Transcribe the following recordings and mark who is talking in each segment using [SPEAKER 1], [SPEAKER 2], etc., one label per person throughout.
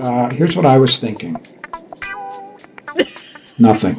[SPEAKER 1] Uh, here's what I was thinking. Nothing.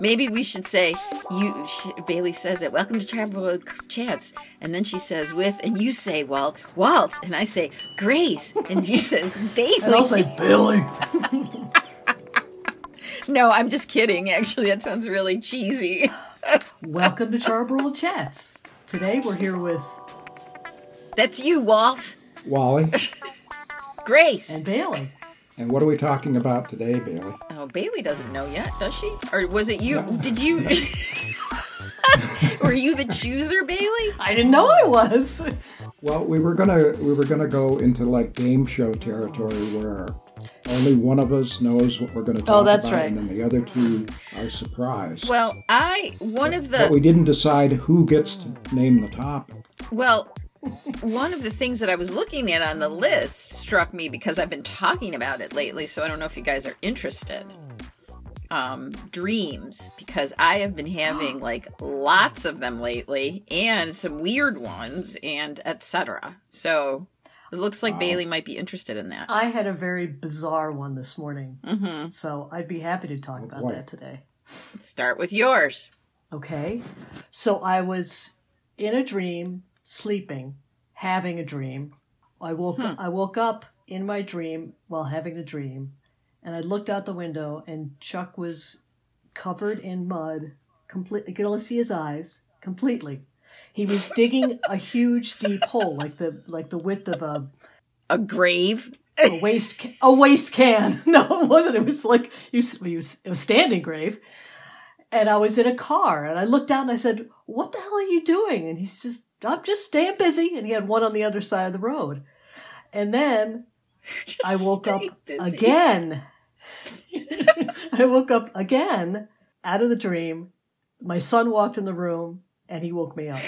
[SPEAKER 2] Maybe we should say you. Sh Bailey says it. Welcome to Tribal Chance, and then she says with, and you say Walt, Walt, and I say Grace, and you says Bailey.
[SPEAKER 3] And I'll say Billy.
[SPEAKER 2] no, I'm just kidding. Actually, that sounds really cheesy.
[SPEAKER 3] Welcome to Charbroil Chats. Today we're here with
[SPEAKER 2] That's you, Walt.
[SPEAKER 1] Wally.
[SPEAKER 2] Grace.
[SPEAKER 3] and Bailey.
[SPEAKER 1] And what are we talking about today, Bailey?
[SPEAKER 2] Oh, Bailey doesn't know yet, does she? Or was it you? Did you? Were you the chooser, Bailey?
[SPEAKER 3] I didn't know I was.
[SPEAKER 1] Well, we were gonna we were gonna go into like game show territory where only one of us knows what we're gonna talk
[SPEAKER 3] Oh, that's
[SPEAKER 1] about, and
[SPEAKER 3] right.
[SPEAKER 1] then the other two are surprised.
[SPEAKER 2] Well, I one of the
[SPEAKER 1] but we didn't decide who gets to name the topic.
[SPEAKER 2] Well, one of the things that I was looking at on the list struck me because I've been talking about it lately, so I don't know if you guys are interested. Um, dreams, because I have been having like lots of them lately and some weird ones and etc. So it looks like Bailey might be interested in that.
[SPEAKER 3] I had a very bizarre one this morning,
[SPEAKER 2] hmm
[SPEAKER 3] so I'd be happy to talk about
[SPEAKER 1] boy.
[SPEAKER 3] that today.
[SPEAKER 2] Start with yours.
[SPEAKER 3] Okay. So I was in a dream, sleeping, having a dream. I woke I woke up in my dream while having a dream, and I looked out the window and Chuck was covered in mud, complete I could only see his eyes completely. He was digging a huge deep hole like the like the width of a
[SPEAKER 2] A grave.
[SPEAKER 3] a waste ca- a waste can. No, it wasn't. It was like you, s- you s- it was standing grave. And I was in a car, and I looked down and I said, "What the hell are you doing?" And he's just, "I'm just staying busy." And he had one on the other side of the road. And then I woke up
[SPEAKER 2] Stay busy.
[SPEAKER 3] again. I woke up again out of the dream. My son walked in the room, and he woke me up.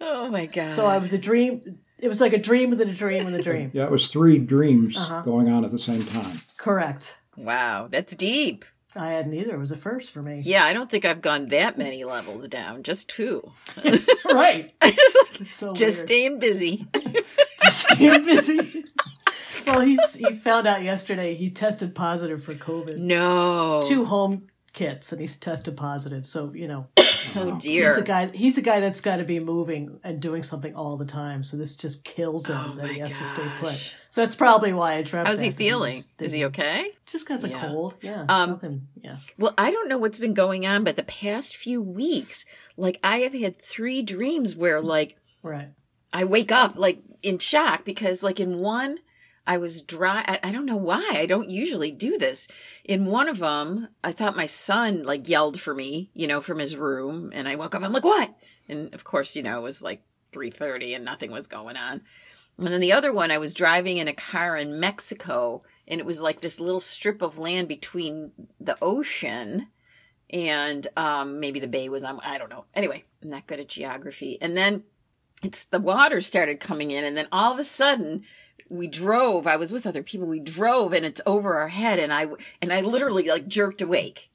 [SPEAKER 2] Oh my god.
[SPEAKER 3] So I was a dream. It was like a dream within a dream within a dream.
[SPEAKER 1] Yeah, it was three dreams
[SPEAKER 3] Uh-huh.
[SPEAKER 1] going on at the same time.
[SPEAKER 3] Correct.
[SPEAKER 2] Wow, that's deep.
[SPEAKER 3] I hadn't either. It was a first for me.
[SPEAKER 2] Yeah, I don't think I've gone that many levels down, just two.
[SPEAKER 3] right.
[SPEAKER 2] I just like
[SPEAKER 3] It's so
[SPEAKER 2] just
[SPEAKER 3] weird.
[SPEAKER 2] staying busy.
[SPEAKER 3] Just staying busy. well, he's he found out yesterday he tested positive for COVID.
[SPEAKER 2] No.
[SPEAKER 3] Two home kits, and he's tested positive. So you know,
[SPEAKER 2] Oh
[SPEAKER 3] he's a
[SPEAKER 2] dear.
[SPEAKER 3] guy. He's a guy that's got to be moving and doing something all the time. So this just kills him
[SPEAKER 2] Oh
[SPEAKER 3] that he
[SPEAKER 2] my
[SPEAKER 3] has to stay
[SPEAKER 2] gosh.
[SPEAKER 3] put. So that's probably why I trapped.
[SPEAKER 2] How's he feeling? Is he okay?
[SPEAKER 3] Just got a
[SPEAKER 2] Yeah.
[SPEAKER 3] cold. Yeah.
[SPEAKER 2] Um,
[SPEAKER 3] nothing. Yeah.
[SPEAKER 2] Well, I don't know what's been going on, but the past few weeks, like I have had three dreams where like
[SPEAKER 3] Right.
[SPEAKER 2] I wake up like in shock because like in one I was dry I, I don't know why. I don't usually do this. In one of them, I thought my son like yelled for me, you know, from his room and I woke up I'm like, "What?" And of course, you know, it was like 3:30 and nothing was going on. And then the other one, I was driving in a car in Mexico and it was like this little strip of land between the ocean and um maybe the bay was on I don't know. Anyway, I'm not good at geography. And then it's the water started coming in and then all of a sudden we drove i was with other people we drove and it's over our head and i and i literally like jerked awake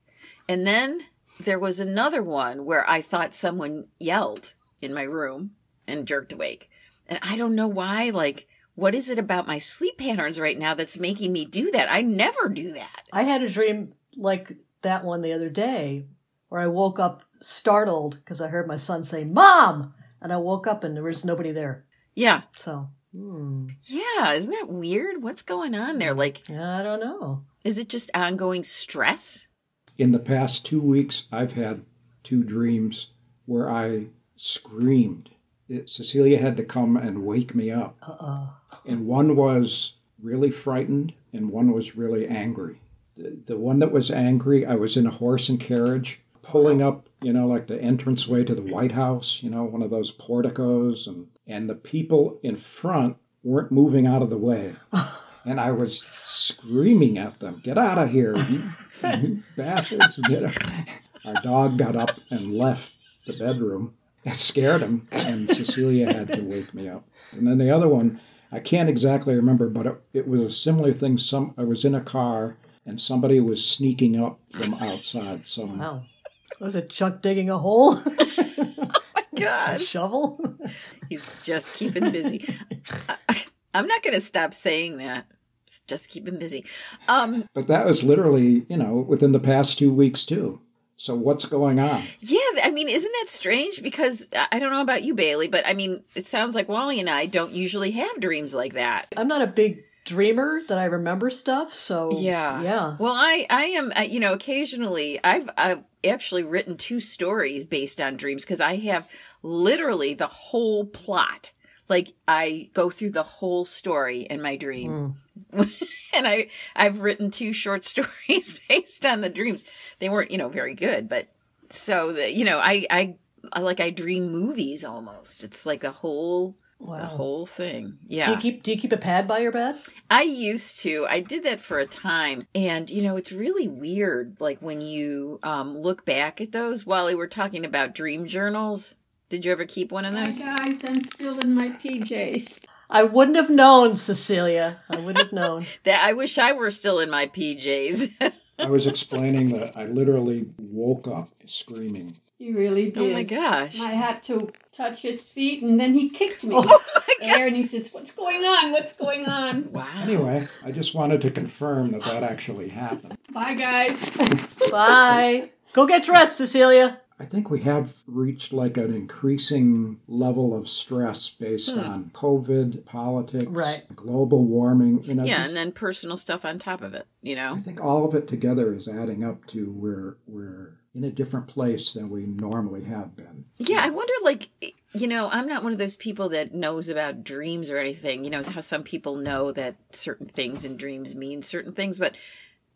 [SPEAKER 2] and then there was another one where i thought someone yelled in my room and jerked awake and i don't know why like what is it about my sleep patterns right now that's making me do that i never do that
[SPEAKER 3] I had a dream like that one the other day where I woke up startled because I heard my son say, Mom! And I woke up and there was nobody there.
[SPEAKER 2] yeah
[SPEAKER 3] So, hmm,
[SPEAKER 2] yeah isn't that weird what's going on there like
[SPEAKER 3] I don't know.
[SPEAKER 2] is it just ongoing stress
[SPEAKER 1] In the past two weeks, I've had two dreams where I screamed. It, Cecilia had to come and wake me up,
[SPEAKER 3] Uh oh.
[SPEAKER 1] and one was really frightened, and one was really angry. The, the one that was angry, I was in a horse and carriage pulling up, you know, like the entranceway to the White House, you know, one of those porticos, and and the people in front weren't moving out of the way. And I was screaming at them, "Get out of here, you, you bastards!" Get out. Our dog got up and left the bedroom. It scared him, and Cecilia had to wake me up. And then the other one, I can't exactly remember, but it, it was a similar thing. Some I was in a car, and somebody was sneaking up from outside. Some
[SPEAKER 3] Wow. Was it Chuck digging a hole?
[SPEAKER 2] god
[SPEAKER 3] a shovel?
[SPEAKER 2] He's just keeping busy. I'm not going to stop saying that. Just keep him busy. Um,
[SPEAKER 1] But that was literally, you know, within the past two weeks, too. So what's going on?
[SPEAKER 2] yeah, I mean, isn't that strange? Because I- I don't know about you, Bailey, but I mean, it sounds like Wally and I don't usually have dreams like that.
[SPEAKER 3] I'm not a big dreamer that I remember stuff, so
[SPEAKER 2] Yeah.
[SPEAKER 3] yeah.
[SPEAKER 2] Well, I I am uh, you know occasionally I've I've actually written two stories based on dreams because I have literally the whole plot. Like I go through the whole story in my dream.
[SPEAKER 3] Hmm.
[SPEAKER 2] and I I've written two short stories based on the dreams. They weren't, you know, very good, but so the, you know, I I I like I dream movies almost. It's like the whole the
[SPEAKER 3] Wow.
[SPEAKER 2] whole thing. Yeah.
[SPEAKER 3] Do you keep Do you keep a pad by your bed?
[SPEAKER 2] I used to. I did that for a time. And, you know, it's really weird. Like when you um, look back at those, Wally, we're talking about dream journals. Did you ever keep one of
[SPEAKER 4] Hi
[SPEAKER 2] those?
[SPEAKER 4] guys, I'm still in my PJs.
[SPEAKER 3] I wouldn't have known, Cecilia. I wouldn't have known.
[SPEAKER 2] That I wish I were still in my PJs.
[SPEAKER 1] I was explaining that I literally woke up screaming.
[SPEAKER 4] You really did.
[SPEAKER 2] oh my gosh. Oh
[SPEAKER 4] I had to touch his feet, and then he kicked me. There, and he says, "What's going on? What's going on?"
[SPEAKER 2] Wow.
[SPEAKER 1] Anyway, I just wanted to confirm that that actually happened.
[SPEAKER 4] Bye, guys.
[SPEAKER 3] Bye. Go get dressed, Cecilia.
[SPEAKER 1] I think we have reached like an increasing level of stress based
[SPEAKER 2] Hmm.
[SPEAKER 1] on COVID, politics,
[SPEAKER 3] Right.
[SPEAKER 1] global warming. You know,
[SPEAKER 2] Yeah,
[SPEAKER 1] just-
[SPEAKER 2] and then personal stuff on top of it, you know?
[SPEAKER 1] I think all of it together is adding up to where we're in a different place than we normally have been.
[SPEAKER 2] Yeah, I wonder, like, you know, I'm not one of those people that knows about dreams or anything. You know, how some people know that certain things in dreams mean certain things. But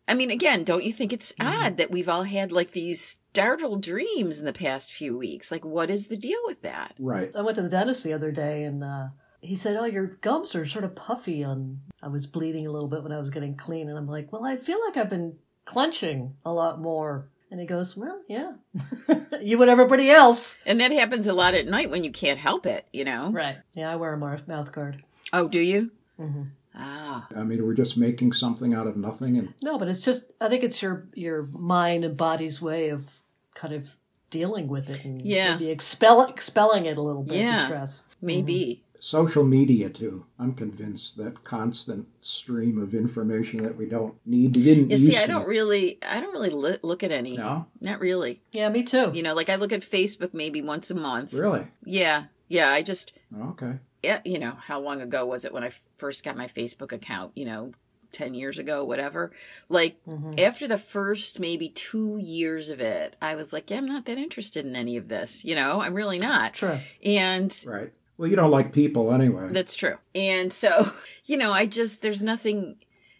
[SPEAKER 2] I mean, again, don't you think it's
[SPEAKER 1] Mm-hmm.
[SPEAKER 2] odd that we've all had like these startled dreams in the past few weeks? Like, what is the deal with that?
[SPEAKER 1] Right.
[SPEAKER 3] I went to the dentist the other day, and uh, he said, "Oh, your gums are sort of puffy." And I was bleeding a little bit when I was getting clean, and I'm like, "Well, I feel like I've been clenching a lot more." And he goes, "Well, yeah, you and everybody else."
[SPEAKER 2] And that happens a lot at night when you can't help it, you know?
[SPEAKER 3] Right? Yeah, I wear a mar- mouth guard.
[SPEAKER 2] Oh, do you?
[SPEAKER 1] Mm-hmm.
[SPEAKER 3] hmm
[SPEAKER 2] Ah.
[SPEAKER 1] I mean, we're just making something out of nothing and
[SPEAKER 3] No, but it's just I think it's your your mind and body's way of kind of dealing with it and
[SPEAKER 2] Yeah.
[SPEAKER 3] maybe expel expelling it a little bit
[SPEAKER 2] Yeah.
[SPEAKER 3] the stress.
[SPEAKER 2] Maybe.
[SPEAKER 1] Mm-hmm. social media too. I'm convinced that constant stream of information that we don't need we didn't
[SPEAKER 2] You
[SPEAKER 1] use
[SPEAKER 2] see, I don't really, I don't really li- look at any.
[SPEAKER 1] No?
[SPEAKER 2] Not really.
[SPEAKER 3] Yeah, me too.
[SPEAKER 2] You know, like I look at Facebook maybe once a month.
[SPEAKER 1] Really?
[SPEAKER 2] Yeah. Yeah. I just,
[SPEAKER 1] Okay.
[SPEAKER 2] yeah, you know, how long ago was it when I first got my Facebook account? You know, 10 years ago, whatever. Like, after the first maybe two years of it, I was like, yeah, I'm not that interested in any of this. You know, I'm really not.
[SPEAKER 3] True.
[SPEAKER 2] And
[SPEAKER 1] Right. Well, you don't like people anyway.
[SPEAKER 2] that's true. And so, you know, I just, there's nothing,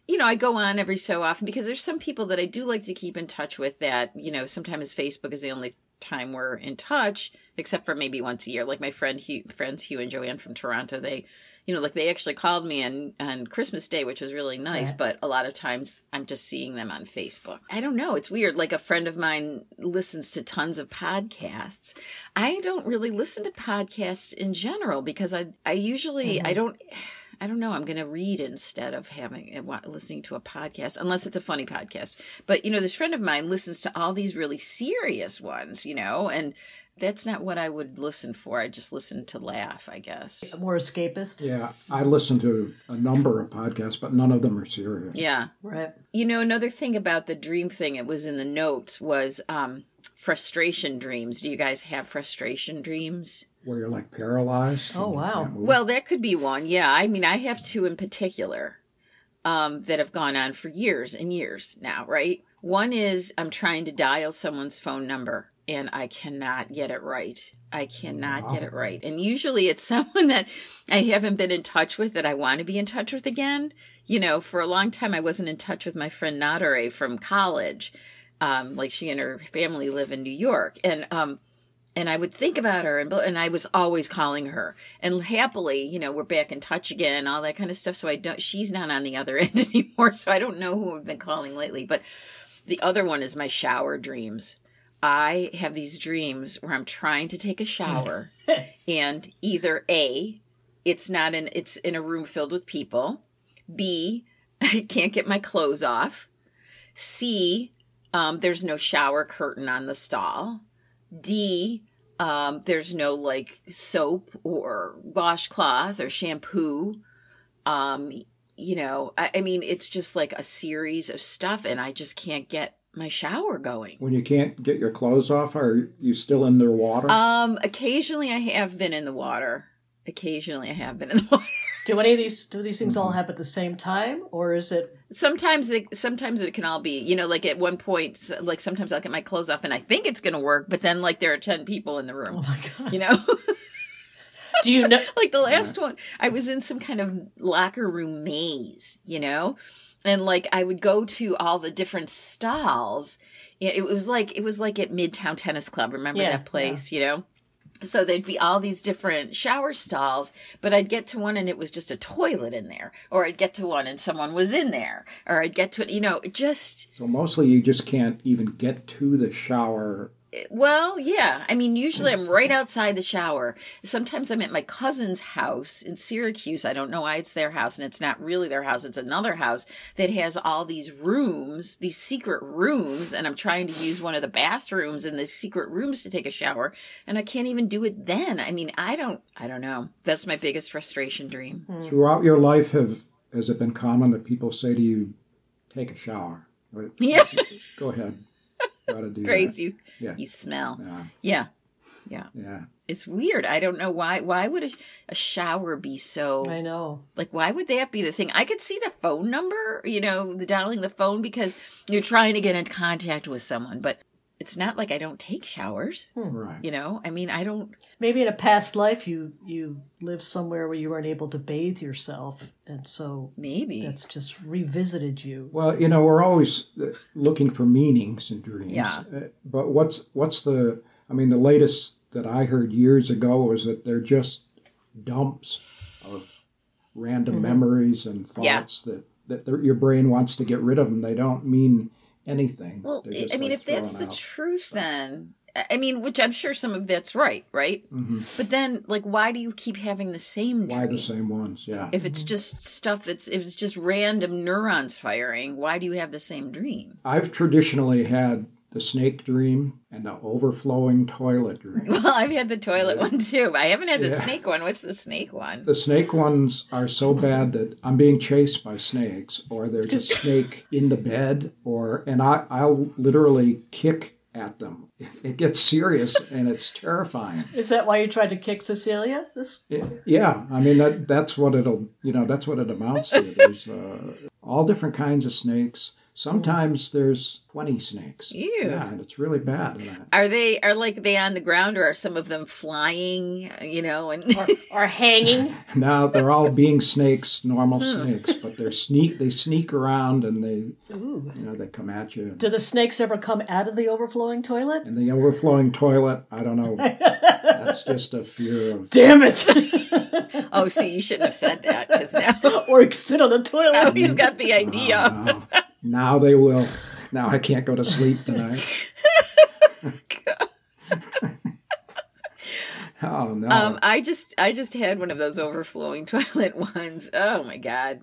[SPEAKER 2] you know, I go on every so often because there's some people that I do like to keep in touch with that, you know, sometimes Facebook is the only time we're in touch, except for maybe once a year. Like my friend, Hugh, friends Hugh and Joanne from Toronto, they, you know, like they actually called me on, on Christmas Day, which was really nice, but a lot of times I'm just seeing them on Facebook. I don't know. It's weird. Like a friend of mine listens to tons of podcasts. I don't really listen to podcasts in general because I, I usually, I don't, I don't know. I'm going to read instead of having and wa- listening to a podcast, unless it's a funny podcast. But you know, this friend of mine listens to all these really serious ones, you know, and that's not what I would listen for. I just listen to laugh, I guess.
[SPEAKER 3] More escapist.
[SPEAKER 1] yeah, I listen to a number of podcasts, but none of them are serious.
[SPEAKER 2] Yeah.
[SPEAKER 3] Right.
[SPEAKER 2] You know, another thing about the dream thing, it was in the notes, was um, frustration dreams. Do you guys have frustration dreams?
[SPEAKER 1] Where you're like paralyzed. and
[SPEAKER 3] Oh,
[SPEAKER 1] you
[SPEAKER 3] wow.
[SPEAKER 1] can't move.
[SPEAKER 2] Well, that could be one. Yeah. I mean, I have two in particular um, that have gone on for years and years now, right? One is I'm trying to dial someone's phone number and I cannot get it right. I cannot get it right. And usually it's someone that I haven't been in touch with that I want to be in touch with again. You know, for a long time, I wasn't in touch with my friend Nadare from college. Um, like she and her family live in New York. And, um, and I would think about her, and bl- and I was always calling her. And happily, you know, we're back in touch again, all that kind of stuff. So I don't. She's not on the other end anymore, so I don't know who I've been calling lately. But the other one is my shower dreams. I have these dreams where I'm trying to take a shower, and either a, it's not in it's in a room filled with people. B, I can't get my clothes off. C, um, there's no shower curtain on the stall. D, um, there's no like soap or washcloth or shampoo. Um, you know, I, I mean, it's just like a series of stuff, and I just can't get my shower going.
[SPEAKER 1] When you can't get your clothes off, are you still in their water?
[SPEAKER 2] Um, occasionally I have been in the water. Occasionally I have been in the water.
[SPEAKER 3] Do any of these do these things all happen at the same time, or is it
[SPEAKER 2] sometimes it, sometimes it can all be you know like at one point s- like sometimes i'll get my clothes off and i think it's gonna work but then like there are 10 people in the
[SPEAKER 3] oh
[SPEAKER 2] room
[SPEAKER 3] my god?
[SPEAKER 2] you know
[SPEAKER 3] Do you know?
[SPEAKER 2] like the last one i was in some kind of locker room maze you know and like i would go to all the different stalls it it was like it was like at midtown tennis club remember
[SPEAKER 3] Yeah,
[SPEAKER 2] that
[SPEAKER 3] yeah.
[SPEAKER 2] place you know so there'd be all these different shower stalls but i'd get to one and it was just a toilet in there or i'd get to one and someone was in there or i'd get to it you know it just
[SPEAKER 1] So mostly you just can't even get to the shower.
[SPEAKER 2] Well, yeah. I mean, usually I'm right outside the shower. Sometimes I'm at my cousin's house in Syracuse. I don't know why it's their house, and it's not really their house. It's another house that has all these rooms, these secret rooms, and I'm trying to use one of the bathrooms in the secret rooms to take a shower, and I can't even do it then. I mean, I don't, I don't know. That's my biggest frustration dream.
[SPEAKER 1] Throughout your life, have has it been common that people say to you, "Take a shower"? What-
[SPEAKER 2] Yeah,
[SPEAKER 1] Go ahead. Gotta do
[SPEAKER 2] crazy. You,
[SPEAKER 1] Yeah.
[SPEAKER 2] you smell.
[SPEAKER 1] That. Yeah,
[SPEAKER 2] Yeah,
[SPEAKER 1] yeah.
[SPEAKER 2] it's weird. I don't know why. Why would a, a shower be so?
[SPEAKER 3] I know.
[SPEAKER 2] Like, why would that be the thing? I could see the phone number, you know, the dialing the phone because you're trying to get in contact with someone, but it's not like I don't take showers,
[SPEAKER 1] Right.
[SPEAKER 2] you know? I mean, I don't.
[SPEAKER 3] Maybe in a past life you you lived somewhere where you weren't able to bathe yourself, and so
[SPEAKER 2] Maybe.
[SPEAKER 3] that's just revisited you.
[SPEAKER 1] Well, you know, we're always uh, looking for meanings in dreams.
[SPEAKER 2] Yeah.
[SPEAKER 1] Uh, But what's what's the? I mean, the latest that I heard years ago was that they're just dumps of random memories and
[SPEAKER 2] Mm-hmm. Yeah.
[SPEAKER 1] thoughts that that their- your brain wants to get rid of, and they don't mean anything.
[SPEAKER 2] well,
[SPEAKER 1] They're
[SPEAKER 2] I-
[SPEAKER 1] just,
[SPEAKER 2] I mean,
[SPEAKER 1] like,
[SPEAKER 2] if that's
[SPEAKER 1] thrown
[SPEAKER 2] the
[SPEAKER 1] out.
[SPEAKER 2] truth, then. I I mean, which I'm sure some of that's right, right?
[SPEAKER 1] Mhm.
[SPEAKER 2] But then, like, why do you keep having the same
[SPEAKER 1] why Mm-hmm. the
[SPEAKER 2] dream?
[SPEAKER 1] same ones? Yeah.
[SPEAKER 2] If it's just stuff that's, if it's just random neurons firing, why do you have the same dream?
[SPEAKER 1] I've traditionally had the snake dream and the overflowing toilet dream.
[SPEAKER 2] Well, I've had the toilet one too. I haven't had the
[SPEAKER 1] Yeah.
[SPEAKER 2] snake one. What's the snake one?
[SPEAKER 1] The snake ones are so bad that I'm being chased by snakes, or there's a snake in the bed, or and I I'll literally kick at them. It gets serious and it's terrifying.
[SPEAKER 3] Is that why you tried to kick Cecilia? This
[SPEAKER 1] It- yeah, I mean that that's what it'll you know that's what it amounts to. There's uh, all different kinds of snakes. Sometimes there's 20 snakes.
[SPEAKER 2] Ew.
[SPEAKER 1] Yeah, and it's really bad. And I-
[SPEAKER 2] Are they are like they on the ground or are some of them flying, you know, and
[SPEAKER 4] Or, or hanging.
[SPEAKER 1] Now they're all being snakes, normal snakes, but they're sneak. They sneak around and they,
[SPEAKER 3] ooh.
[SPEAKER 1] you know, they come at you.
[SPEAKER 3] Do the snakes ever come out of the overflowing toilet?
[SPEAKER 1] And the overflowing toilet. I don't know. That's just a fear of.
[SPEAKER 3] Damn it!
[SPEAKER 2] oh, see, you shouldn't have said that cuz now
[SPEAKER 3] or sit on the toilet.
[SPEAKER 2] now he's got the idea.
[SPEAKER 1] Now, oh, now they will. Now I can't go to sleep tonight. oh no!
[SPEAKER 2] Um, I just I just had one of those overflowing toilet ones. Oh my god.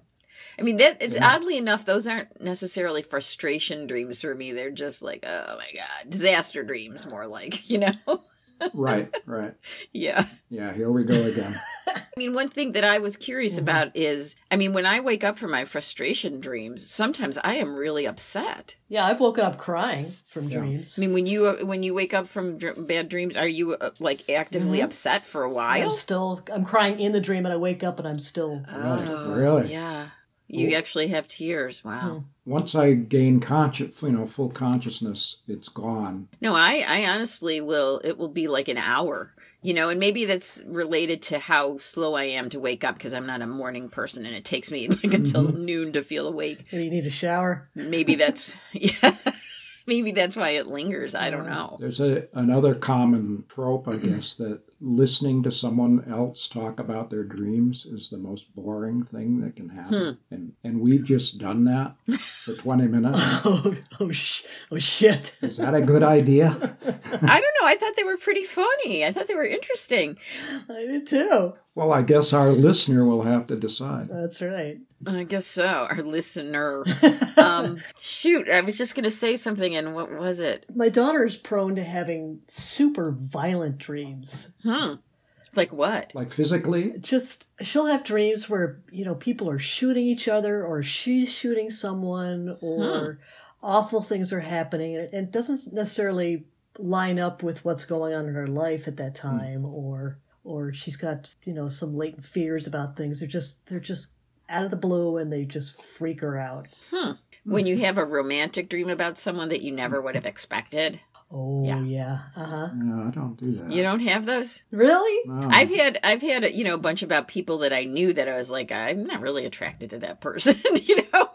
[SPEAKER 2] I mean that it's oddly enough those aren't necessarily frustration dreams for me. They're just like, oh my god, disaster dreams more like, you know.
[SPEAKER 1] right, right.
[SPEAKER 2] yeah.
[SPEAKER 1] Yeah, here we go again.
[SPEAKER 2] I mean, one thing that I was curious about is I mean, when I wake up from my frustration dreams, sometimes I am really upset.
[SPEAKER 3] Yeah, I've woken up crying from
[SPEAKER 1] Yeah.
[SPEAKER 3] dreams.
[SPEAKER 2] I mean, when you uh, when you wake up from dr- bad dreams, are you uh, like actively upset for a
[SPEAKER 3] I'm
[SPEAKER 2] while?
[SPEAKER 3] still. I'm crying in the dream, and I wake up, and I'm still.
[SPEAKER 2] Oh,
[SPEAKER 1] Really?
[SPEAKER 2] Yeah. You actually have tears. Wow.
[SPEAKER 1] Once I gain conscious, you know, full consciousness, it's gone.
[SPEAKER 2] No, I I honestly will. It will be like an hour. You know, and maybe that's related to how slow I am to wake up because I'm not a morning person, and it takes me like until noon to feel awake.
[SPEAKER 3] You need a shower.
[SPEAKER 2] maybe that's yeah maybe that's why it lingers i don't know
[SPEAKER 1] There's a, another common trope, I guess, that listening to someone else talk about their dreams is the most boring thing that can happen.
[SPEAKER 2] Hmm.
[SPEAKER 1] And, and we've just done that for 20 minutes.
[SPEAKER 3] Oh, oh, sh- oh shit!
[SPEAKER 1] Is that a good idea?
[SPEAKER 2] i don't know i thought they were pretty funny i thought they were interesting
[SPEAKER 3] I do too.
[SPEAKER 1] well, I guess our listener will have to decide.
[SPEAKER 3] That's right.
[SPEAKER 2] i guess so our listener um shoot i was just gonna say something and what was it
[SPEAKER 3] My daughter is prone to having super violent dreams.
[SPEAKER 2] hmm Like what?
[SPEAKER 1] Like physically?
[SPEAKER 3] just she'll have dreams where you know people are shooting each other or she's shooting someone or awful things are happening and it, and it doesn't necessarily line up with what's going on in her life at that time or or she's got you know some latent fears about things they're just they're just out of the blue and they just freak her out
[SPEAKER 2] When you have a romantic dream about someone that you never would have expected.
[SPEAKER 3] oh
[SPEAKER 2] Yeah.
[SPEAKER 3] yeah, uh-huh
[SPEAKER 1] No, I don't do that.
[SPEAKER 2] You don't have those?
[SPEAKER 3] really
[SPEAKER 1] No.
[SPEAKER 2] I've had I've had you know a bunch about people that I knew that I was like I'm not really attracted to that person you know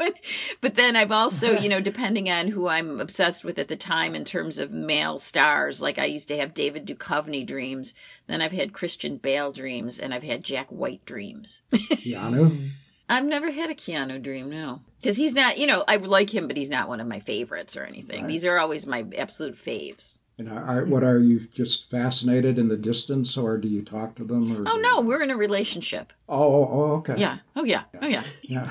[SPEAKER 2] but then I've also you know depending on who I'm obsessed with at the time in terms of male stars like I used to have David Duchovny dreams then I've had Christian Bale dreams and I've had Jack White dreams
[SPEAKER 1] Keanu?
[SPEAKER 2] I've never had a Keanu dream no because he's not you know I like him but he's not one of my favorites or anything these are always my absolute faves
[SPEAKER 1] And are, are, what are you just fascinated in the distance, or do you talk to them? Or
[SPEAKER 2] oh no we're in a relationship
[SPEAKER 1] Oh, oh, oh, okay.
[SPEAKER 2] yeah oh yeah oh yeah
[SPEAKER 1] Yeah.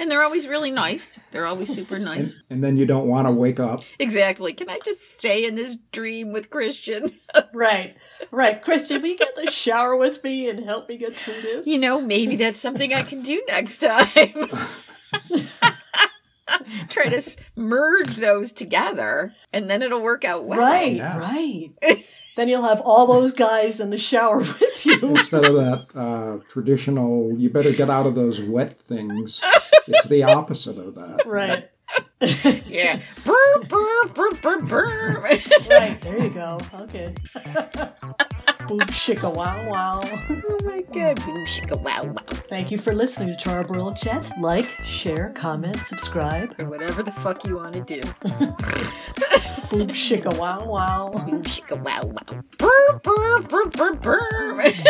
[SPEAKER 2] And they're always really nice. They're always super nice.
[SPEAKER 1] and then you don't want to wake up.
[SPEAKER 2] exactly. Can I just stay in this dream with Christian?
[SPEAKER 3] right right christian will you get in the shower with me and help me get through this
[SPEAKER 2] You know, maybe that's something I can do next time. Try to s- merge those together, and then it'll work out well.
[SPEAKER 3] Right,
[SPEAKER 1] Yeah.
[SPEAKER 3] right. then you'll have all those guys in the shower with you.
[SPEAKER 1] Instead of that uh, traditional, you better get out of those wet things, it's the opposite of that.
[SPEAKER 3] Right,
[SPEAKER 2] Yeah. Brr, brr, brr, brr, brr.
[SPEAKER 3] right. There you go. Okay. Boom shika wow wow.
[SPEAKER 2] oh my god. Boom, shika, wow, wow.
[SPEAKER 3] Thank you for listening to Charles Chats. Like, share, comment, subscribe.
[SPEAKER 2] Or whatever the fuck you want to do.
[SPEAKER 3] Boom shika wow wow.
[SPEAKER 2] Boom, shika, wow, wow. Brr, Oh brr, brr, brr, brr.